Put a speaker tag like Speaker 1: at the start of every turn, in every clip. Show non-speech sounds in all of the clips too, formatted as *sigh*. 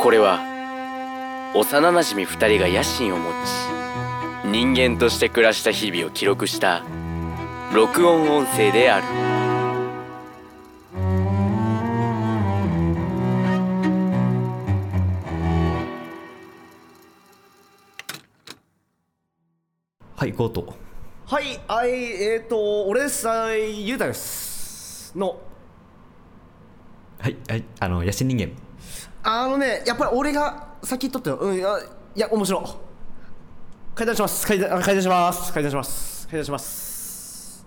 Speaker 1: これは幼なじみ2人が野心を持ち人間として暮らした日々を記録した録音音声である
Speaker 2: はいゴート
Speaker 3: はい、あい、えっ、ー、と、俺です、あい、ゆうたです。の、
Speaker 2: はいはいあの野心人間
Speaker 3: あのね、やっぱり俺が先取ってようん、あいや、面白い。解談します、解談、あ解談します、解談します、解談します。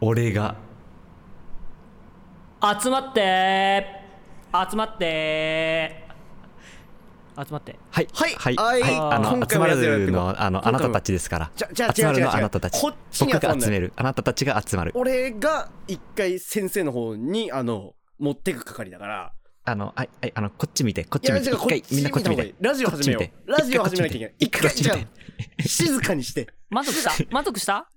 Speaker 2: 俺が
Speaker 4: 集まって集まって集まって
Speaker 2: はい
Speaker 3: はい
Speaker 2: はい、
Speaker 3: はい
Speaker 2: あの
Speaker 3: 今
Speaker 2: 集
Speaker 3: 回
Speaker 2: ま
Speaker 3: もやってる
Speaker 2: るの
Speaker 3: やってる
Speaker 2: はあのあなたたちですから
Speaker 3: じゃじゃ
Speaker 2: 集まるのは
Speaker 3: 違う違う違う
Speaker 2: あなたたち
Speaker 3: こっちに集
Speaker 2: 僕
Speaker 3: まんない
Speaker 2: が集めるあなたたちが集まる
Speaker 3: 俺が一回先生の方に、あの、持ってく係だから、
Speaker 2: あのはいはいあのこっち見てこっ
Speaker 3: い
Speaker 2: ち
Speaker 3: や、
Speaker 2: 見
Speaker 3: じ
Speaker 2: て
Speaker 3: ゃあこ
Speaker 2: 一
Speaker 3: っ
Speaker 2: 回
Speaker 3: ち
Speaker 2: みんなこっち
Speaker 3: 見
Speaker 2: 見
Speaker 3: た方がい
Speaker 2: て
Speaker 3: いラジオ
Speaker 2: こっ
Speaker 3: 始
Speaker 2: ち
Speaker 3: め
Speaker 2: 見
Speaker 3: よ
Speaker 2: て
Speaker 3: う。ラジオ始めなきゃいけない。一
Speaker 2: 一回
Speaker 3: 回、
Speaker 2: こっち
Speaker 3: じ
Speaker 2: 見
Speaker 3: ゃ
Speaker 2: て
Speaker 3: あ静かにして。
Speaker 4: 満
Speaker 3: *laughs*
Speaker 4: 足した満足した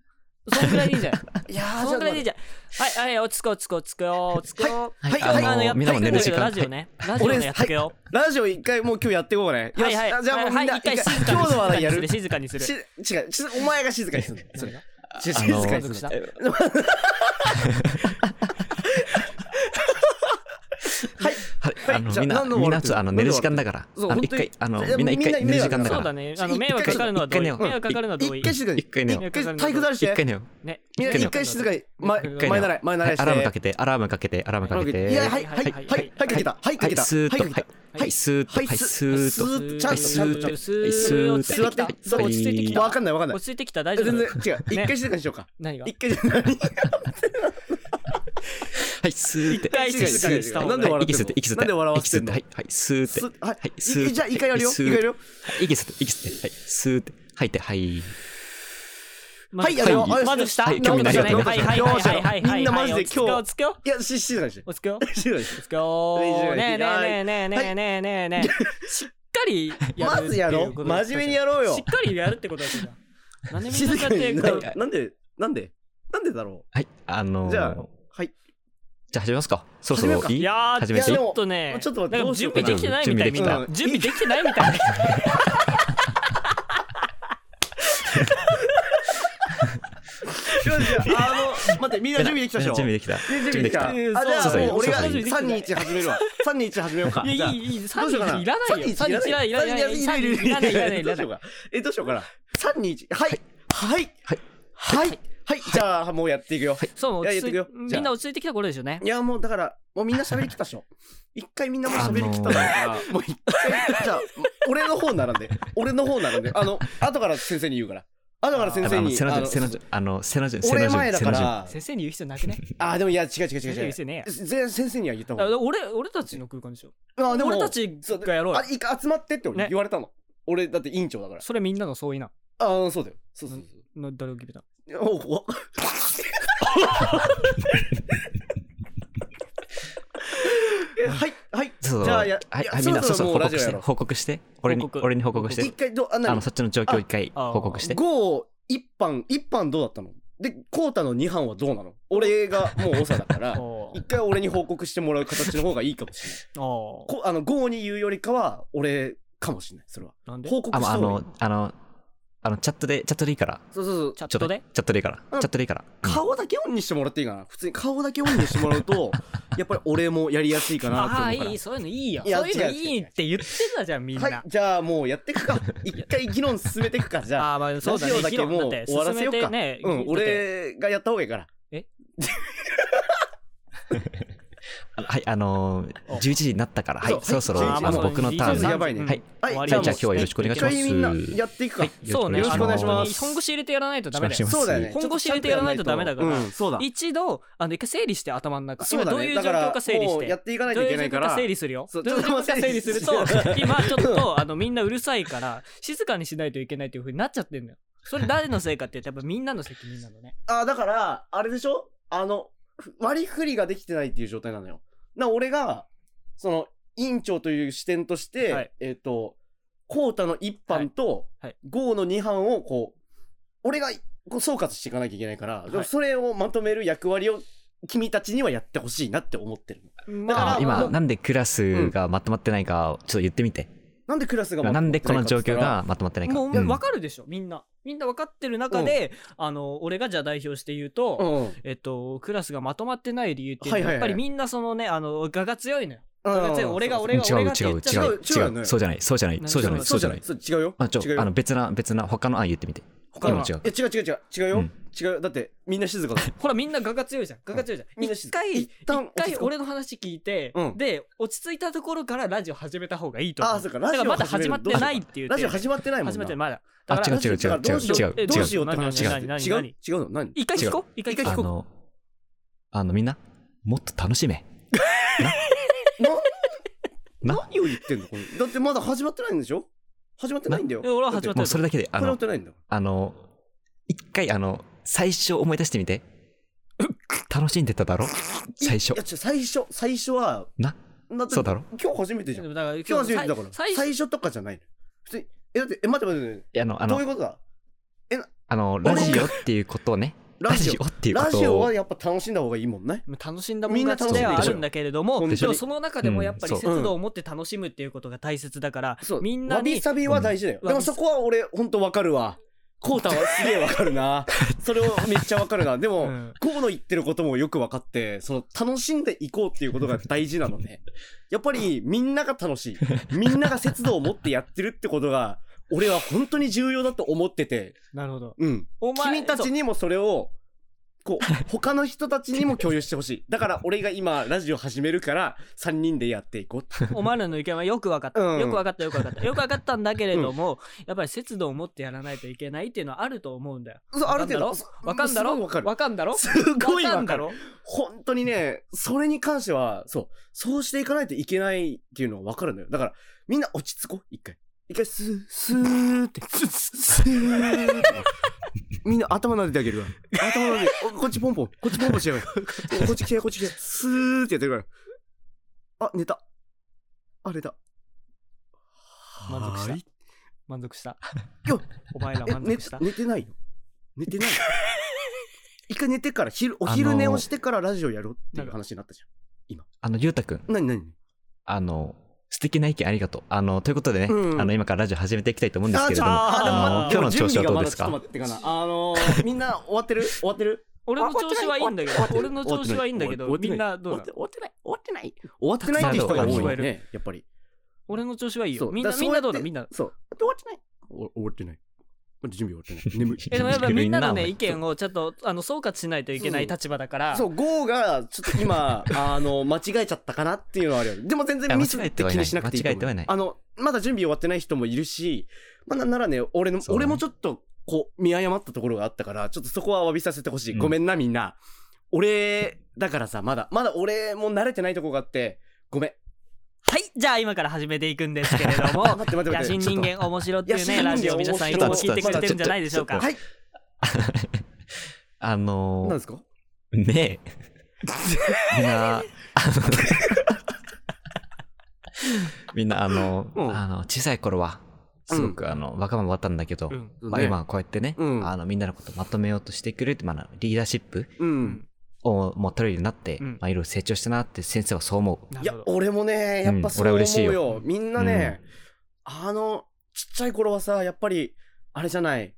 Speaker 4: そんくらいでいいんじゃない
Speaker 3: いやー、
Speaker 4: そんくらいでいいんじゃないはいはい落ち着こう落ち着こう落ち着こう落ち着こう
Speaker 3: はい
Speaker 2: あの
Speaker 3: はい
Speaker 4: あのやっ
Speaker 2: みんなも寝る時間
Speaker 4: ラジオねラジオ
Speaker 3: 俺
Speaker 4: ねやってくよ
Speaker 3: ラジオ一回もう今日やっていこうね。よ
Speaker 4: は
Speaker 3: し
Speaker 4: いはい
Speaker 3: じゃあもうみ
Speaker 4: は
Speaker 3: ん
Speaker 4: い
Speaker 3: な
Speaker 4: はい一回
Speaker 3: 一回
Speaker 4: 静
Speaker 3: 今日の話
Speaker 4: か
Speaker 3: 題やる。
Speaker 4: にする静かにす
Speaker 3: し
Speaker 4: る
Speaker 3: 違う、ちょお前が静かにするの。それちょ
Speaker 2: あ
Speaker 3: 静
Speaker 2: の
Speaker 3: かに
Speaker 4: 満足し
Speaker 3: する
Speaker 4: た
Speaker 3: の。はい。
Speaker 2: はい
Speaker 3: はい
Speaker 2: あの
Speaker 3: じゃあ
Speaker 2: みんな
Speaker 3: 何の
Speaker 2: みんなちょっとあの寝る時間だから
Speaker 3: そう
Speaker 2: あの
Speaker 3: 本
Speaker 2: 一
Speaker 3: 当に
Speaker 2: 回あの
Speaker 3: いや
Speaker 2: みんな一回
Speaker 3: みんな
Speaker 2: 寝る時間だ
Speaker 4: そ
Speaker 2: か
Speaker 4: うだ
Speaker 2: ら
Speaker 4: ねあの迷惑かかるのは同意
Speaker 2: 一回ね
Speaker 4: 迷惑かかるのは同意
Speaker 3: 一回静かに
Speaker 2: 一。回寝よう
Speaker 3: 一回体育座りし
Speaker 2: 一回
Speaker 3: て。
Speaker 2: 寝よう
Speaker 4: ね
Speaker 3: みんな一回静かに。ま
Speaker 4: 一
Speaker 2: 一
Speaker 4: 回
Speaker 2: 回
Speaker 3: 前
Speaker 2: 寝
Speaker 3: な
Speaker 2: よ
Speaker 3: ら
Speaker 2: う
Speaker 3: い、前なら
Speaker 2: はい
Speaker 3: し
Speaker 2: い
Speaker 3: て。
Speaker 2: アラームかけてアラームかけてアラームかけて
Speaker 3: いや、はい、はい、はい、
Speaker 4: は
Speaker 3: はいい、はい、かけた。はい、か
Speaker 2: は
Speaker 3: け
Speaker 2: い、
Speaker 3: た。
Speaker 2: スーッと、
Speaker 3: はい、かけた。
Speaker 2: はい、はいスーッと、はい、スー
Speaker 3: スーッ
Speaker 2: ッ
Speaker 3: と
Speaker 2: と、
Speaker 3: ちゃんとちゃんと
Speaker 2: はい
Speaker 4: スーッ
Speaker 2: スーッと、
Speaker 3: 座って
Speaker 2: はい
Speaker 3: 座って
Speaker 2: はい
Speaker 3: 落ち着いてきたわかんないわかんない
Speaker 4: 落ち着いてきた大丈
Speaker 3: 全
Speaker 4: 夫
Speaker 3: 然違う。一
Speaker 4: ね
Speaker 3: 回静かにしようか。
Speaker 4: 何が
Speaker 3: 一回じゃない。
Speaker 2: はい、スーッて、
Speaker 4: 一回静かにした方が
Speaker 3: なんで笑ってんの
Speaker 2: 息吸って、息吸って、
Speaker 3: なんで笑わせてんの
Speaker 2: 息吸ってはい、はい、スー
Speaker 3: す
Speaker 2: ッて、
Speaker 3: はい
Speaker 2: スーッて
Speaker 3: じゃあ一回やるよ
Speaker 2: はいス
Speaker 3: 一回やる
Speaker 2: ー
Speaker 3: よ
Speaker 2: ッて息吸って、息吸って、はい、スーッて、吐いて、はい。
Speaker 3: はい、やるよ。
Speaker 2: はい
Speaker 3: あ
Speaker 4: 満足した
Speaker 2: はい興味ないよ
Speaker 3: よしよし
Speaker 2: はい
Speaker 4: はいはいはいはいはい
Speaker 3: みんなマジで今
Speaker 4: 落ち
Speaker 3: 日
Speaker 4: 着くよ。
Speaker 3: いや、し静かにして。
Speaker 4: 落ち着くよ
Speaker 3: 静かにして。
Speaker 4: Let's go! ねえねえねえねえねえねえねえねえしっかりや
Speaker 3: ま
Speaker 4: る
Speaker 3: ずやろう真面目にやろうよ
Speaker 4: しっかりやるってことだけど何でも
Speaker 3: 静
Speaker 4: 静か
Speaker 3: か
Speaker 4: にやっ
Speaker 3: に *laughs*
Speaker 4: てい
Speaker 3: な
Speaker 4: く
Speaker 3: る
Speaker 4: と
Speaker 3: なんでなんでなんでだろ
Speaker 2: はい、あの
Speaker 3: う
Speaker 2: ー、
Speaker 3: じゃあはい
Speaker 2: じゃあ始めますか。そろそろい
Speaker 4: い
Speaker 2: い
Speaker 4: や
Speaker 2: 始
Speaker 4: ー
Speaker 2: め
Speaker 3: い
Speaker 2: てい
Speaker 3: やで
Speaker 2: い
Speaker 3: も
Speaker 4: ちょっとね
Speaker 3: ちょっと待って
Speaker 4: なん
Speaker 3: ど
Speaker 4: か
Speaker 3: うしよう
Speaker 4: 準
Speaker 3: か
Speaker 4: 備
Speaker 3: な
Speaker 4: できてないみたいみんな
Speaker 3: うん
Speaker 4: 準備できてないみたい
Speaker 3: うよしじゃああの待ってみんな準備できたでしょ
Speaker 2: 準備できた。準
Speaker 3: 準備で
Speaker 2: 備で
Speaker 3: き
Speaker 2: き
Speaker 3: た
Speaker 2: た。
Speaker 3: あじ
Speaker 2: そうそう
Speaker 3: ゃあもう俺が
Speaker 2: そうそう
Speaker 3: 321始める
Speaker 4: *laughs*
Speaker 3: わ321始めようか
Speaker 4: い
Speaker 3: じゃ
Speaker 4: や
Speaker 3: あ
Speaker 4: いいいい
Speaker 3: ど
Speaker 4: 三
Speaker 3: うし
Speaker 4: 日
Speaker 3: ようかない
Speaker 4: らないよ
Speaker 3: 321
Speaker 4: 三日いらないいらない
Speaker 3: 321
Speaker 4: 三日いらないいらないいらない
Speaker 3: どうしようかえどうしようかな321はいはい
Speaker 2: はい
Speaker 3: はいはいじゃあもうやっていくよ
Speaker 4: そう
Speaker 3: いや
Speaker 4: 落ち着い
Speaker 3: やってくよじゃあ
Speaker 4: みんな落ち着いてきた頃ですよね
Speaker 3: いやもうだからもうみんな喋りきった
Speaker 2: *laughs*
Speaker 3: でしょ一回みんなもう喋りきったんだから、もう一回じゃあ俺の方並んで俺の方並んであの後から先生に言うから後から先
Speaker 2: あ
Speaker 3: 生
Speaker 2: の、
Speaker 3: に
Speaker 2: 背の
Speaker 3: あ
Speaker 2: 順、
Speaker 3: の
Speaker 2: 背の順、あの、背の順、背の
Speaker 3: 俺
Speaker 2: 順、
Speaker 3: 前だ
Speaker 2: 背
Speaker 3: か
Speaker 2: の順。
Speaker 3: ら
Speaker 4: 先生に言う必要なくね
Speaker 3: あーでもいや違う違う違う
Speaker 4: 先
Speaker 3: 違
Speaker 4: 生に言う
Speaker 3: う
Speaker 4: 必要ねえ
Speaker 3: ぜ先生には言った
Speaker 4: や
Speaker 3: 方がい
Speaker 4: だか
Speaker 3: い
Speaker 4: ら俺俺たちの空間でしょ
Speaker 3: あーでも
Speaker 4: 俺たち
Speaker 3: そう
Speaker 4: がやろうよ
Speaker 3: あいいか集まってって俺
Speaker 4: ね
Speaker 3: 言われたの俺だって委員長だから
Speaker 4: それみんなの相違な
Speaker 3: ああそうだよそうそうそう
Speaker 4: の誰を決めた
Speaker 3: おお *laughs* えはいはい
Speaker 2: そう
Speaker 3: じ
Speaker 2: じ
Speaker 3: ゃ
Speaker 2: ゃ
Speaker 3: あ
Speaker 2: あ
Speaker 3: や
Speaker 2: はい
Speaker 3: いや
Speaker 2: はいみんな
Speaker 3: そ
Speaker 2: そ
Speaker 3: ろそろもう
Speaker 2: うそう報
Speaker 3: ラジオ
Speaker 2: 告
Speaker 3: や
Speaker 2: して
Speaker 3: ろう
Speaker 2: 報告して俺に
Speaker 4: 報告
Speaker 2: 俺に報告して
Speaker 3: 一回どあ
Speaker 2: あ
Speaker 3: 何
Speaker 2: のそっちの状況一回報告して
Speaker 3: ゴー一班一班どうだったのでコータの二班はどうなの俺がもう長だか
Speaker 2: *laughs*
Speaker 3: ら
Speaker 4: おー
Speaker 3: 一回俺に報告してもらう形の方がいいかもしれない
Speaker 4: おー
Speaker 3: こあのゴーに言うよりかは俺かもしれないそれは
Speaker 4: なんで
Speaker 3: 報告
Speaker 2: あ
Speaker 3: し
Speaker 2: ま
Speaker 3: た
Speaker 2: ああ
Speaker 3: 方がい
Speaker 2: の
Speaker 3: い
Speaker 2: あのあのチャットでチャットでいいから
Speaker 3: そうそうそう
Speaker 4: チャ
Speaker 2: ちょ
Speaker 4: ッ
Speaker 2: っ
Speaker 4: ト
Speaker 2: と
Speaker 4: で
Speaker 2: チャットでいいから
Speaker 3: うん
Speaker 2: チャットでいいからうん
Speaker 3: 顔だけオンにしてもらっていいかな普通に顔だけオンにしてもらうとやっぱり俺もやりやすいかなと思う
Speaker 4: *laughs* ああ
Speaker 3: から
Speaker 4: いいそういうのいいよ
Speaker 3: いや
Speaker 4: そういうの
Speaker 3: 違う違う
Speaker 4: いいって言ってたじゃんみん
Speaker 3: はい
Speaker 4: な、
Speaker 3: じゃあもうやっていく
Speaker 4: *laughs*
Speaker 3: か。一回議論進めていくか、じゃあ。
Speaker 4: ああまあそうだね
Speaker 3: ラジオだけもう
Speaker 4: 議論だって
Speaker 3: 終わらせようか。
Speaker 4: 進めてね
Speaker 3: うん、
Speaker 4: だって
Speaker 3: 俺がやった方がいいから。
Speaker 2: はいあのー
Speaker 4: お
Speaker 2: 11時になったからは
Speaker 3: そう
Speaker 2: いそろそろ
Speaker 3: 11時
Speaker 2: あの僕のタ
Speaker 3: そう
Speaker 2: ーン
Speaker 3: そう、や
Speaker 2: なんで
Speaker 3: ばいね。
Speaker 4: うん
Speaker 2: はい
Speaker 3: はい、
Speaker 4: 終わり
Speaker 3: じゃあ
Speaker 2: はいじゃあ今日はよろしくお願いします
Speaker 3: 一回みんなやっていくか。
Speaker 4: そうね
Speaker 2: よろしくお願いします
Speaker 4: あの本腰入れてやらないとダメだよ
Speaker 2: よろしくお
Speaker 3: そうだよね。
Speaker 4: 本腰入れてやらないとダメだから
Speaker 3: うん、そうだ。
Speaker 4: 一度あの一回整理して頭の中
Speaker 3: そう
Speaker 4: 今
Speaker 3: だ
Speaker 4: どう
Speaker 3: ね。
Speaker 4: いう
Speaker 3: だ
Speaker 4: 状
Speaker 3: か
Speaker 4: 況
Speaker 3: ら
Speaker 4: か整理し
Speaker 3: もうや
Speaker 4: て
Speaker 3: っていかない
Speaker 4: ど
Speaker 3: と
Speaker 4: う
Speaker 3: い
Speaker 4: い
Speaker 3: け
Speaker 4: う
Speaker 3: ない
Speaker 4: 状
Speaker 3: か。
Speaker 4: 況から整理するよ
Speaker 3: そう
Speaker 4: どういう状況か整理すると
Speaker 3: ちょっと待って
Speaker 4: 今ちょっとあのみんなうるさいから静かにしないといけないというふうになっちゃってんだよそれ誰のせいかって言うとやっぱみんなの責任なのね
Speaker 3: あ、だから、あれでしょあの、ふ割り振りができてないっていう状態なのよ。な、俺が、その、委員長という視点として、
Speaker 4: はい
Speaker 3: えっ、と、コータの一班と、
Speaker 4: はいはい
Speaker 3: ゴーの二班を、こう、俺がこう総括していかなきゃいけないから、
Speaker 4: はい
Speaker 3: それをまとめる役割を君たちにはやってほしいなって思ってる。
Speaker 4: ま
Speaker 3: だから
Speaker 2: あ
Speaker 3: ま
Speaker 2: 今
Speaker 3: あ
Speaker 2: なんでクラスがまとまってないかちょっと言ってみて、
Speaker 3: なんでクラスがまと
Speaker 2: な
Speaker 3: まってな
Speaker 2: んで
Speaker 3: いか
Speaker 2: こ
Speaker 3: って
Speaker 2: の状
Speaker 3: 言った
Speaker 2: 況
Speaker 3: ら
Speaker 2: がまとまってないか
Speaker 4: もう
Speaker 2: うん
Speaker 4: 分かるでしょみんなみんな分かってる中で、あの俺がじゃあ代表して言うと、
Speaker 3: うんうん
Speaker 4: えっと、クラスがまとまってない理由っていう
Speaker 3: は
Speaker 4: のは
Speaker 3: いはいはい
Speaker 4: やっぱりみんなそのねあの画が強いのよ画が強い俺が
Speaker 3: そう
Speaker 4: 俺が
Speaker 2: 違う
Speaker 4: 俺
Speaker 2: 違
Speaker 4: がって
Speaker 2: う
Speaker 4: 言っちゃ
Speaker 2: 違
Speaker 3: 違
Speaker 2: う
Speaker 3: う違うの
Speaker 2: 違
Speaker 3: よ
Speaker 2: うそうじゃないそうじゃないそうじゃない
Speaker 3: そ
Speaker 2: そ
Speaker 3: う
Speaker 2: う
Speaker 3: じ
Speaker 2: じゃ
Speaker 3: ゃな
Speaker 2: な
Speaker 3: いい。そう違うよ。
Speaker 2: あちょ
Speaker 3: 違うよ
Speaker 2: あの別な別な他の案言ってみて
Speaker 3: 他の
Speaker 2: 今違う
Speaker 3: いや違う違う違う違うよ、
Speaker 2: うん
Speaker 3: 違うだってみんな
Speaker 4: *laughs*
Speaker 3: 静かだもん
Speaker 4: ほらみんな画が強いじゃん画が強いじゃん、
Speaker 3: みんな
Speaker 4: 一回
Speaker 3: 一
Speaker 4: 一
Speaker 3: 旦落ち着
Speaker 4: 回
Speaker 3: こう
Speaker 4: 俺の話聞いて、
Speaker 3: うん
Speaker 4: で落ち着いたところからラジオ始めた方がいいと思う
Speaker 3: あそうかラ
Speaker 4: だ
Speaker 3: ジ
Speaker 4: か
Speaker 3: オ
Speaker 4: らまだ始まってないっていう
Speaker 3: ラジオ
Speaker 4: 点
Speaker 3: 始まってないもんな
Speaker 4: 始まってまだ
Speaker 2: あ
Speaker 4: だか
Speaker 2: 違う
Speaker 4: ら
Speaker 2: 違う違う違う違う
Speaker 4: え
Speaker 3: どうしようって
Speaker 4: 何
Speaker 3: 話
Speaker 4: 何何
Speaker 3: 違う
Speaker 4: 何
Speaker 3: 違うの何
Speaker 4: 一回聞こう一回
Speaker 3: 一
Speaker 4: 聞
Speaker 3: 回
Speaker 4: こ
Speaker 3: 聞
Speaker 4: う
Speaker 3: こ
Speaker 2: あのあのみんなもっと楽しめ
Speaker 3: な
Speaker 2: な
Speaker 3: 何を言ってんのこれだってまだ始まってないんでしょ始まってないんだよ
Speaker 4: え俺は始まって
Speaker 2: も
Speaker 4: る
Speaker 2: うそれだけであ
Speaker 3: 始まっ
Speaker 2: の
Speaker 3: てないんだよ
Speaker 2: あの一回あの最初思い出してみて楽しんでただろ最初
Speaker 3: いや違う最初最初は
Speaker 2: な
Speaker 3: だって
Speaker 2: そうだろ
Speaker 3: 今日初めてじゃん今
Speaker 4: でもだから今
Speaker 3: 日初めてだから最
Speaker 4: 最最
Speaker 3: 初とかじゃないの普通にえだってえ待って待って待っ
Speaker 2: いやあのあ
Speaker 3: てどうい
Speaker 2: の
Speaker 3: うことだ
Speaker 2: あのラジオっていうことをね
Speaker 3: ラ
Speaker 2: ラ
Speaker 3: ジ
Speaker 2: ジ
Speaker 3: オ
Speaker 2: オっていうこ
Speaker 3: ラジ
Speaker 2: と
Speaker 3: オ
Speaker 2: を
Speaker 3: はやっぱ楽しんだ方がいいもんね
Speaker 4: 楽しんだもん勝ちではあるんだけれども
Speaker 3: みん
Speaker 4: で
Speaker 3: な楽しんでる
Speaker 4: もその中でもやっぱり
Speaker 2: うん
Speaker 4: 節度を持って楽しむっていうことが大切だから、
Speaker 3: そう
Speaker 4: みんな
Speaker 3: わび
Speaker 4: に
Speaker 3: さびは大事だよ、
Speaker 4: うん
Speaker 3: でもそこは俺ほんとわかるわコウタはすげえわかるなそれをめっちゃわかるなでも、
Speaker 4: うん
Speaker 3: こうの言ってることもよく分かって、その楽しんでいこうっていうことが大事なのね。やっぱりみんなが楽しい。みんなが節度を持ってやってるってことが、俺は本当に重要だと思ってて、
Speaker 4: なるほど
Speaker 3: うん。
Speaker 4: お前
Speaker 3: 君たちにもそれを、こう、他の人たちにも共有してほしい。だから俺が今ラジオ始めるから、3人でやっていこうって。
Speaker 4: *laughs* そうお前らの意見はよく分かった、
Speaker 3: うん
Speaker 4: よく分かったよく分かったよく分かったんだけれども、やっぱり節度を持ってやらないといけないっていうのはあると思うんだよ
Speaker 3: そうある程度。
Speaker 4: わかんだろ
Speaker 3: わかる。
Speaker 4: わかんだろ
Speaker 3: すごい
Speaker 4: わか
Speaker 3: わ
Speaker 4: んだ
Speaker 3: かる。
Speaker 4: ろ
Speaker 3: 本当にね、それに関しては、そう、そうしていかないといけないっていうのはわかるんだよ。だから、みんな落ち着こう、一回。一回、スー、スーって、スー、スーって。みんな頭撫でてあげるから。頭撫で、おこっち *laughs* ポンポン、こっちポンポンしてやるから。こっち来て、こっち来て、スーってやってるから。あ、寝た。あ、寝た。
Speaker 4: 満足した
Speaker 3: はーい
Speaker 4: 満足した
Speaker 3: よっ
Speaker 4: お前ら
Speaker 3: え
Speaker 4: 満
Speaker 3: 寝
Speaker 4: 足した
Speaker 3: 寝てないよ。寝てないよ。一回寝てから、昼、お昼寝をしてからラジオやろうっていう話になったじ
Speaker 2: あのりゅうたくん
Speaker 3: ゃん。なになに
Speaker 2: あの素敵な意見ありがとうあのということでね、
Speaker 3: うん
Speaker 2: あの今からラジオ始めていきたいと思うんですけれども
Speaker 3: あちょ
Speaker 2: あの
Speaker 3: あーで
Speaker 2: 今日
Speaker 3: も
Speaker 2: の調子はどうですか
Speaker 3: 準備がまだちょっと待ってかなあのー *laughs* みんな終わってる終わってる
Speaker 4: 俺の調子はいいんだけど
Speaker 3: 終わってない
Speaker 4: 俺の調子はいいんだけ
Speaker 3: 終わ
Speaker 4: ど
Speaker 3: って
Speaker 4: み
Speaker 3: ない
Speaker 4: んなどうだ
Speaker 3: 終わってない終わってない終わってないって人が多いよねやっぱり
Speaker 4: 俺の調子はいい
Speaker 3: そ
Speaker 4: よ
Speaker 3: う
Speaker 4: みんな
Speaker 3: だから
Speaker 4: みんなどう
Speaker 3: そ
Speaker 4: だ
Speaker 3: やってそう
Speaker 4: みんな
Speaker 3: 終わってないお終わってないまだ準備終わってない眠い
Speaker 4: えでもやっぱみんなのね
Speaker 2: み
Speaker 4: 意
Speaker 2: んな
Speaker 4: 見をちょっとあの総括しないといけない立場だから
Speaker 3: そう、ゴーが、ちょっと
Speaker 2: *laughs*
Speaker 3: 今、あの、間違えちゃったかなっていうのはあるよ。でも全
Speaker 2: いや
Speaker 3: 然
Speaker 2: 間
Speaker 3: ミ
Speaker 2: 違
Speaker 3: ス
Speaker 2: え
Speaker 3: ってて
Speaker 2: はい
Speaker 3: 気
Speaker 2: ない
Speaker 3: にしなくていいと思う。
Speaker 2: 間違えてはいない
Speaker 3: あの、まだ準備終わってない人もいるし、まあ、なんならね、俺の、
Speaker 2: そうね
Speaker 3: 俺もちょっと、こう、見誤ったところがあったから、ちょっとそこは詫びさせてほしい。
Speaker 2: うん
Speaker 3: ごめんな、みんな。俺、だからさ、まだ、まだ俺も慣れてないとこがあって、ごめん。
Speaker 4: はいじゃあ今から始めていくんですけ
Speaker 3: *laughs*
Speaker 4: れども
Speaker 3: 待って待って待って。
Speaker 4: 野心
Speaker 3: ちょ
Speaker 4: 人
Speaker 3: っと
Speaker 4: 間面白っていう
Speaker 3: 野心
Speaker 4: ね
Speaker 3: 人間
Speaker 4: ラジオ皆さんい
Speaker 3: 面
Speaker 4: つ
Speaker 3: 白
Speaker 4: も聞いてくれてるんじゃないでしょうか
Speaker 3: はい。
Speaker 2: あ
Speaker 3: なんで
Speaker 2: の
Speaker 3: すか
Speaker 2: ー、ねえみんなあの *laughs* みんなあの,、
Speaker 3: うん
Speaker 2: あの小さい頃はすごくあの、わがままだったんだけど、
Speaker 4: うん
Speaker 2: まあ、今はこうやってね、
Speaker 3: うん
Speaker 2: あのみんなのことまとめようとしてくれる、まあ、リーダーシップ
Speaker 3: うん。
Speaker 2: をもう取れるようになって、
Speaker 4: うん
Speaker 2: まあ、いろいろ成長したなって先生はそう思う。
Speaker 4: ないる
Speaker 3: や
Speaker 4: ほど、
Speaker 3: 俺もね、やっぱそう思
Speaker 2: うん俺は嬉し
Speaker 3: う
Speaker 2: い
Speaker 3: よ。
Speaker 2: よ
Speaker 3: みんなね、あの、ちっちゃい頃はさ、やっぱり、あれじゃない、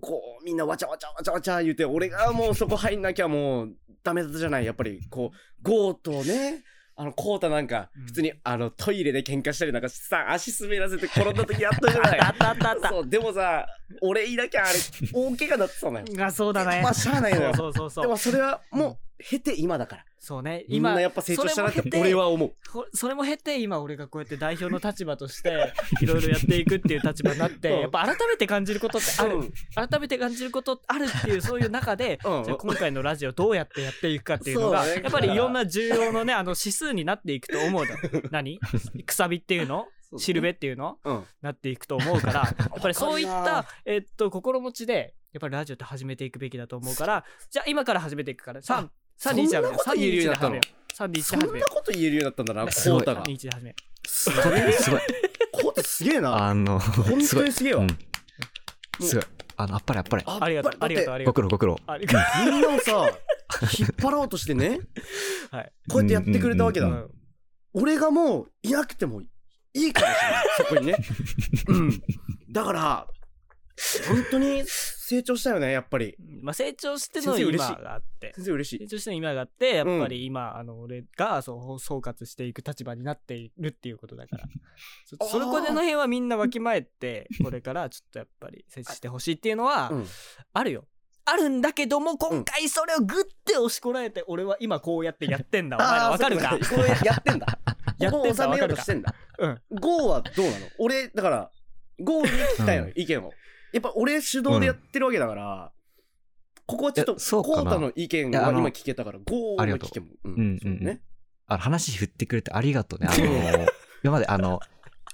Speaker 3: こう、みんなわちゃわちゃわちゃわちゃ言うて、俺がもうそこ入んなきゃもう、ダメだったじゃない、やっぱり、こう、ゴーとね、あの、コータなんか
Speaker 4: うん、
Speaker 3: 普通に、あの、トイレで喧嘩したりなんかしてさ、足滑らせて転んだ時あったじゃ
Speaker 4: あっ
Speaker 3: ない
Speaker 4: た。あったあったあった
Speaker 3: そう、でもさ、俺いなきゃあれ、大怪我だったのよ。
Speaker 4: がそうだね
Speaker 3: まあ、しゃあないのよ。
Speaker 4: そうそうそ
Speaker 3: で
Speaker 4: うそう
Speaker 3: もそれはもう、経て今だから。
Speaker 4: そうね
Speaker 3: みんな
Speaker 4: 今
Speaker 3: やっぱ成長したなって
Speaker 4: それも経、て
Speaker 3: 俺は思う。
Speaker 4: ほそれも経て今俺がこうやって代表の立場としていろいろやっていくっていう立場にな
Speaker 3: *laughs*
Speaker 4: っ
Speaker 3: うん
Speaker 4: てやっぱ改めて感じることってあ
Speaker 3: う
Speaker 4: る
Speaker 3: ん
Speaker 4: 改めて感じることあるっていうそういう中で
Speaker 3: *laughs* うん
Speaker 4: じゃあ今回のラジオどうやってやっていくかっていうのが
Speaker 3: そうね
Speaker 4: やっぱりいろんな重要のねあの指数になっていくと
Speaker 3: *laughs*
Speaker 4: 思うの何くさびっていうの
Speaker 3: そう
Speaker 4: しるべっていうの
Speaker 3: うん。
Speaker 4: なっていくと思う
Speaker 3: *laughs*
Speaker 4: からやっぱりそういっ
Speaker 3: わかる
Speaker 4: た、えっと、心持ちでやっぱりラジオって始めていくべきだと思
Speaker 3: *laughs*
Speaker 4: うからじゃあ今から始めていくから321
Speaker 3: そんな
Speaker 4: で
Speaker 3: こと言えるようになったの
Speaker 4: 321で
Speaker 3: そ
Speaker 4: 始
Speaker 3: ん
Speaker 4: め
Speaker 3: なこと言えるようになったんだな、コ
Speaker 4: *laughs*
Speaker 2: すご
Speaker 3: ー
Speaker 2: い
Speaker 3: タが。
Speaker 4: 321で始め
Speaker 3: す
Speaker 2: これすごい。
Speaker 3: コータすげえな。
Speaker 2: あの、
Speaker 3: 本当に
Speaker 2: すごい。
Speaker 3: すげえわ
Speaker 2: うん。すごい。あの、あっぱれあっぱれ。
Speaker 4: ありがとうありがとうありがと
Speaker 2: ご苦労ご苦労。
Speaker 4: うありがと
Speaker 3: みんなもさ、引っ張ろうとしてね
Speaker 4: はい
Speaker 3: こうやってやってくれたわけだ、
Speaker 2: う
Speaker 4: うんん
Speaker 3: 俺がもういなくてもいいかもしれないそこ
Speaker 4: *laughs*
Speaker 3: にねうんだから本当に成長したよねやっぱり
Speaker 4: まあ、成長しての
Speaker 3: 先生嬉
Speaker 4: 今
Speaker 3: しい
Speaker 4: があって
Speaker 3: 先生嬉し
Speaker 4: 成
Speaker 3: い
Speaker 4: 長しての今があってやっぱり今、あの俺がそう総括していく立場になっているっていうことだ
Speaker 3: *laughs*
Speaker 4: からそ
Speaker 3: あー
Speaker 4: それこでの辺はみんなわきまえてこれからちょっとやっぱり接してほしいっていうのは
Speaker 3: うん
Speaker 4: あるよ。あるんだけども今回それをグッて押しこらえて俺は今こうやってやって
Speaker 3: *laughs*
Speaker 4: んだ、お前らわかるか
Speaker 3: あーそうこれやってんだ
Speaker 4: *laughs* やってんだ
Speaker 3: ここを収めよう
Speaker 4: わかる
Speaker 3: と
Speaker 4: か
Speaker 3: してんだ
Speaker 4: うん
Speaker 3: ゴーはどうなの俺だからゴーに聞きたいの、
Speaker 2: うん
Speaker 3: 意見をやっぱ俺主導でやってるわけだから、ここはちょっと
Speaker 2: いやそうか
Speaker 3: コ
Speaker 2: な
Speaker 3: ータの意見
Speaker 2: いや
Speaker 3: が
Speaker 2: あの
Speaker 3: 今聞けたからゴーの聞けもうん
Speaker 2: とううんうんうん
Speaker 3: ね
Speaker 2: あの話振ってくれてありがとうね。あの、 *laughs* 今まであの、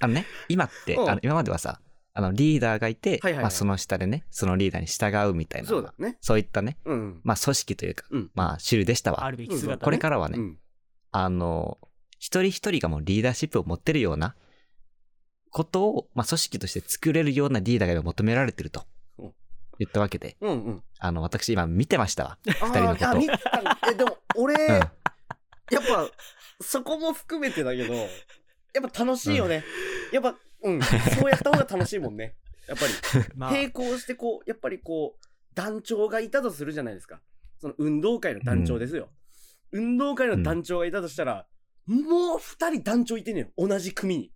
Speaker 2: あのね、今って、
Speaker 3: うん
Speaker 2: あの今まではさ、あのリーダーがいて、
Speaker 3: はいはいはい
Speaker 2: まあ、その下でね、そのリーダーに従うみたいな、
Speaker 3: そうだね
Speaker 2: そういったね、
Speaker 3: うん
Speaker 2: まあ組織というか、
Speaker 3: うん
Speaker 2: まあ種類でした
Speaker 4: あ
Speaker 2: わ。
Speaker 4: るべき姿、ね、
Speaker 2: これからはね、
Speaker 3: うん
Speaker 2: あの、一人一人がもうリーダーシップを持ってるようなことを、まあ組織として作れるようなリーダーが今求められてると
Speaker 3: うん
Speaker 2: 言ったわけで、
Speaker 3: うんうん
Speaker 2: あの、私今見てましたわ。
Speaker 3: 二
Speaker 2: 人のこと
Speaker 3: えでも俺、
Speaker 2: うん
Speaker 3: やっぱそこも含めてだけどやっぱ楽しいよね、やっぱうんそうやった方が楽しいもんねやっぱり
Speaker 4: まあ
Speaker 3: 並行してこうやっぱりこう団長がいたとするじゃないですかその運動会の団長ですよ、運動会の団長がいたとしたら、もう2人団長いてんねんよ同じ組に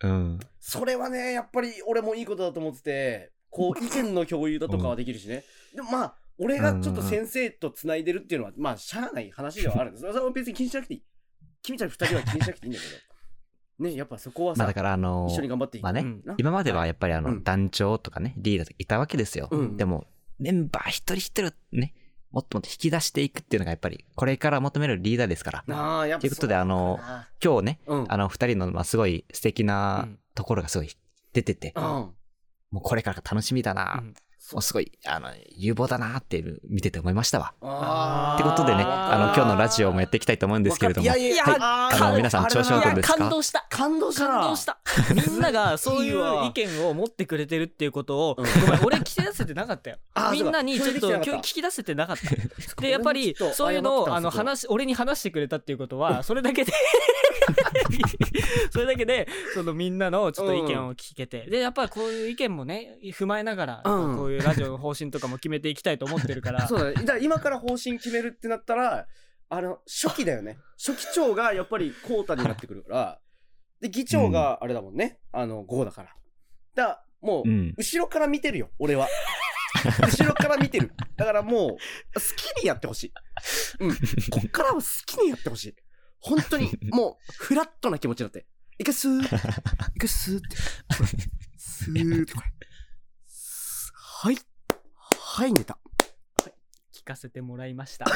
Speaker 2: うん。
Speaker 3: それはねやっぱり俺もいいことだと思っててこう意見の共有だとかはできるしね、でもまあ俺がちょっと先生とつないでるっていうのは、まあしゃあない話ではあ
Speaker 2: *laughs*
Speaker 3: るんですそれは別に気にしなくていい君ちゃん2人は気にしなくていいんだけどねやっぱそこは
Speaker 2: ま
Speaker 3: さ、
Speaker 2: あだからあの
Speaker 3: 一、緒に頑張っていく
Speaker 2: まあね、
Speaker 4: うん
Speaker 3: な
Speaker 2: 今まではやっぱりあ
Speaker 3: う
Speaker 2: の
Speaker 3: ん
Speaker 2: 団長とかね、リーダーとかいたわけですよ。
Speaker 3: うん
Speaker 2: でも、メンバー一人一人をね、もっともっと引き出していくっていうのがやっぱり、これから求めるリーダーですから。
Speaker 3: ああやっぱ
Speaker 2: ということで、あの、今日ね、
Speaker 3: そうだな
Speaker 2: あの、二人の、まあ、すごい素敵
Speaker 4: う
Speaker 2: なんところがすごい出てて、
Speaker 3: うん、うん
Speaker 2: もうこれからが楽しみだな、
Speaker 4: うん
Speaker 2: もうすごい、あの、有望だなっていう見てて思いましたわ。
Speaker 4: あー
Speaker 2: ってことでね、
Speaker 4: あ
Speaker 2: あ
Speaker 4: ー
Speaker 2: の、今日のラジオもやっていきたいと思うんですけれども、
Speaker 3: わかったいやいや、
Speaker 4: はい
Speaker 3: あ
Speaker 2: あ
Speaker 3: ー
Speaker 2: の、皆さん、調子はどうです
Speaker 4: いや
Speaker 2: か
Speaker 4: 感動した
Speaker 3: 感動したな
Speaker 4: 感
Speaker 3: *laughs*
Speaker 4: 動したみんながそうい
Speaker 3: いいわ
Speaker 4: う意見を持ってくれてるっていうことを
Speaker 3: う
Speaker 4: ご
Speaker 3: ん
Speaker 4: めん俺聞き出せてなかったよ
Speaker 3: *laughs* あー
Speaker 4: みんなにちょっと
Speaker 3: そうだ
Speaker 4: 今日聞き出せてなかったでやっぱ
Speaker 3: 俺
Speaker 4: り
Speaker 3: もちょっと
Speaker 4: そういう
Speaker 3: 謝って
Speaker 4: のを
Speaker 3: た
Speaker 4: あの
Speaker 3: そこ
Speaker 4: 話俺に話してくれたっていうこと
Speaker 3: *laughs*
Speaker 4: はそれだけでそれだけでそのみんなのちょっと意見を聞けてでやっぱりこういう意見もね踏まえながら
Speaker 3: うん
Speaker 4: こういうラジオの方針とかも決めていきたいと思ってるから
Speaker 3: そうだねだから今から方針決めるってなったらあの初期だよね
Speaker 4: *laughs*
Speaker 3: 初期長がやっぱりコータになってくるからで議長があれだもんね、あの5だからだからもう、
Speaker 2: うん。
Speaker 3: 後ろから見てるよ俺は後ろから見てるだからもう好きにやってほしい、うん、こっからは好きにやってほしい本当にもうフラットな気持ちになっていくっすーいくっすーってスーってこれスーはいはい寝た
Speaker 4: 聞かせてもらいま *laughs* した。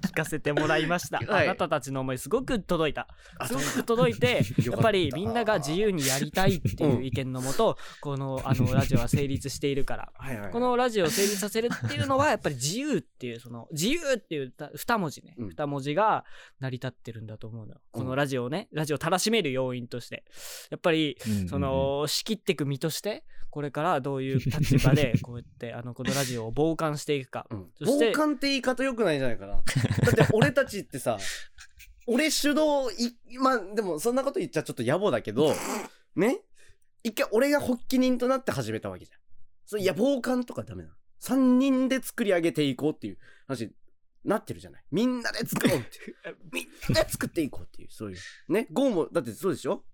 Speaker 4: 聞かせてもらいました。
Speaker 3: はい
Speaker 4: あなたたちの思いすごく届いた。
Speaker 3: あ
Speaker 4: すごく届いて、やっぱりみんなが自由にやりたいっていう意見のもと、このあのラジオは成立しているから。
Speaker 3: はいはい
Speaker 4: このラジオを成立させるっていうのはやっぱり自由っていうその自由っていうた二文字ね、
Speaker 3: うん
Speaker 4: 二文字が成り立ってるんだと思うのよこのラジオをねラジオをたらしめる要因としてやっぱりその仕切っていく身としてこれからどういう立場でこうやってあのこのラジオを傍観してい
Speaker 3: *laughs*
Speaker 4: くか
Speaker 3: うん
Speaker 4: そして
Speaker 3: 傍観って言い方よくないんじゃないかな。だって俺たちってさ、俺主導い、まあでもそんなこと言っちゃちょっと野暮だけど、ね一回俺が発起人となって始めたわけじゃん。それいや、傍観とかダメなの。三人で作り上げていこうっていう話になってるじゃない。みんなで作ろうっていう。みんなで作っていこうっていう、そういう。ねゴーも、だってそうでしょ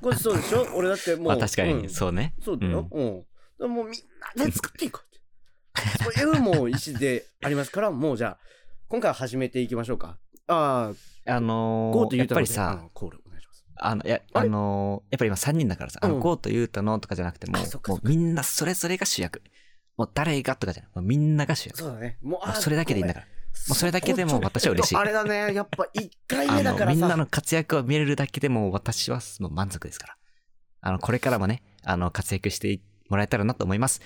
Speaker 3: これそうでしょ俺だってもう。
Speaker 2: まあ確か
Speaker 3: うん
Speaker 2: に、そうね。
Speaker 3: そうだよ。うん。でももうみんなで作っていこうって。そういうもう意思でありますから、もうじゃあ、今回は始めていきましょうか。ああ、
Speaker 2: あの
Speaker 3: ゴーと
Speaker 2: ー、
Speaker 3: ゆ
Speaker 2: や
Speaker 3: う
Speaker 2: ったぱ
Speaker 3: ろ
Speaker 2: り
Speaker 3: であ
Speaker 2: さ、
Speaker 3: のコールお願いします。
Speaker 2: あの、や、
Speaker 3: あ
Speaker 2: あ
Speaker 3: れ
Speaker 2: のー、やっぱり今3人だからさ、あ
Speaker 3: うん
Speaker 2: の、こうというとのとかじゃなくても
Speaker 3: あそっ、かそ
Speaker 2: も
Speaker 3: っ
Speaker 2: う
Speaker 3: か
Speaker 2: みんなそれぞれが主役。もう誰がとかじゃない。もうみんなが主役。
Speaker 3: そうだね。もう、
Speaker 2: もうそれだけでいいんだ
Speaker 3: か
Speaker 2: から。
Speaker 3: ら。
Speaker 2: もうそれだけでも私は嬉しい
Speaker 3: あれだね。やっぱ1回
Speaker 2: あ
Speaker 3: 目だか
Speaker 2: の、
Speaker 3: ら
Speaker 2: みん
Speaker 3: さ。
Speaker 2: なの活躍を見れるだけでも私はもう満足ですから。あの、これからもね、あの、活躍してもらえたらなと思います。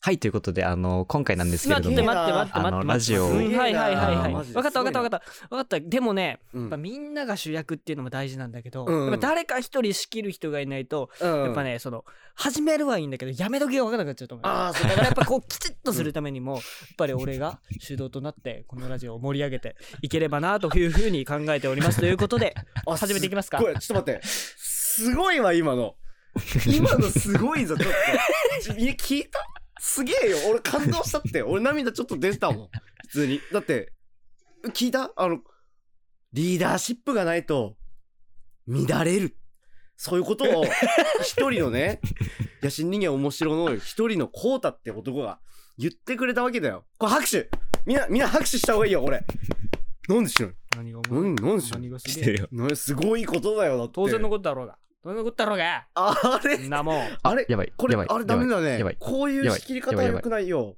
Speaker 2: はい、ということで、あの、今回なんですけれ
Speaker 4: 待
Speaker 2: ど
Speaker 4: って
Speaker 2: も、
Speaker 4: 待って待って
Speaker 2: あ
Speaker 4: 待っ
Speaker 2: の
Speaker 4: て
Speaker 2: ラジオを
Speaker 4: うんはいはいはいは
Speaker 2: あ
Speaker 4: い
Speaker 2: の
Speaker 4: 分かった分かった分か
Speaker 3: っ
Speaker 4: った分かったでもね
Speaker 3: た。うん
Speaker 4: やっぱみんなが主役っていうのも大事なんだけど、
Speaker 3: うんうん
Speaker 4: やっぱ誰か一人仕切る人がいないと、やっぱ。ねその始めるはいいんだけどやめ時が分からなくなっちゃうと思う
Speaker 3: ああ、
Speaker 2: *laughs*
Speaker 3: そう
Speaker 4: だからやっぱこうきちっとするためにも、やっぱり俺が主導となってこのラジオを盛り上げていければなというふうに考えておりますということで
Speaker 3: あ
Speaker 4: 始めていきますか
Speaker 3: これ、ちょっと待って。すごいわ、今の。
Speaker 2: *laughs*
Speaker 3: 今のすごいぞ、ちょっと。いや聞いたすげえよ。俺感動した
Speaker 4: *laughs*
Speaker 3: って。俺涙ちょっと出たもん。普通に。だって、聞いたあの、リーダーシップがないと、乱れる。そういうことを、一人のね、野心人間面白の一人のコータって男が言ってくれたわけだよ。これ拍手みんな、みんな拍手した方がいいよ、これ。なんでしろ
Speaker 4: 何が
Speaker 3: な
Speaker 4: 思
Speaker 3: ん、
Speaker 4: う
Speaker 3: なんでしろ
Speaker 4: 何がす
Speaker 2: 来
Speaker 4: げ
Speaker 2: て
Speaker 4: え
Speaker 2: るよ。
Speaker 3: ね、すごいことだよ、だって。
Speaker 4: 当然のことだろうが当然のことだろうが
Speaker 3: あ
Speaker 4: そ
Speaker 3: れ
Speaker 4: ん
Speaker 3: *laughs*
Speaker 4: なもんっ
Speaker 3: あれ
Speaker 2: やばい。
Speaker 3: これ、
Speaker 2: やばい
Speaker 3: あれダメだね
Speaker 2: やばい。。
Speaker 3: こういう仕切り方は良くないよ。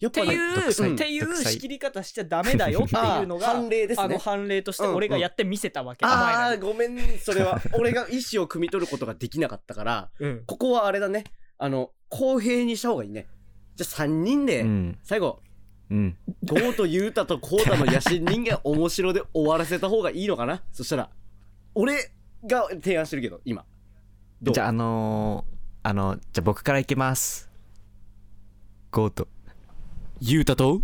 Speaker 3: やってぱり、
Speaker 4: いう、
Speaker 2: 独裁
Speaker 4: っていう
Speaker 2: 独裁
Speaker 4: 仕切り方しちゃダメだよって
Speaker 3: *laughs* あ
Speaker 4: いうの
Speaker 3: ー
Speaker 4: が
Speaker 3: 判例です
Speaker 4: あの
Speaker 3: ね。
Speaker 4: 判例として俺がやってみせたわけ、お前ら
Speaker 3: ああ
Speaker 4: に
Speaker 3: ー、ごめん、それ
Speaker 2: *laughs*
Speaker 3: は。俺が意思を汲み取ることができなかったから、
Speaker 4: うん、
Speaker 3: ここはあれだね。あの、公平にした方がいいね。じゃあ3人
Speaker 2: う
Speaker 3: で、
Speaker 2: ん。
Speaker 3: 最後、
Speaker 2: うん。
Speaker 3: ゴーとユータとコータの野心人間面白で終わらせた方がいいのかなそしたら、俺が提案してるけど、今。どう
Speaker 2: じゃあ、あのー、あの、じゃあ僕から行きます。ゴート。
Speaker 3: ユータと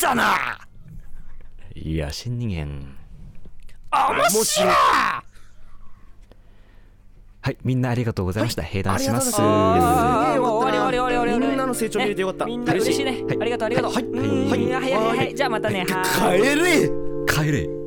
Speaker 2: だないや、新人間。
Speaker 3: 面白い
Speaker 2: はい、みんなありがとうございました。閉壇します。
Speaker 3: あ
Speaker 4: あー
Speaker 3: りがと
Speaker 4: も
Speaker 3: う
Speaker 4: う
Speaker 3: ご
Speaker 4: 終わ
Speaker 3: ざ
Speaker 4: り
Speaker 3: い
Speaker 4: 終
Speaker 3: ます
Speaker 4: わり終わり終わり終わり
Speaker 3: みんなの成長見れてよかった
Speaker 4: ねみんな嬉しいね、
Speaker 2: はい
Speaker 4: ありがとうありがとう、
Speaker 2: はい
Speaker 4: うんはいはいはいはいじゃあまたねはい
Speaker 3: 帰れ
Speaker 2: 帰れ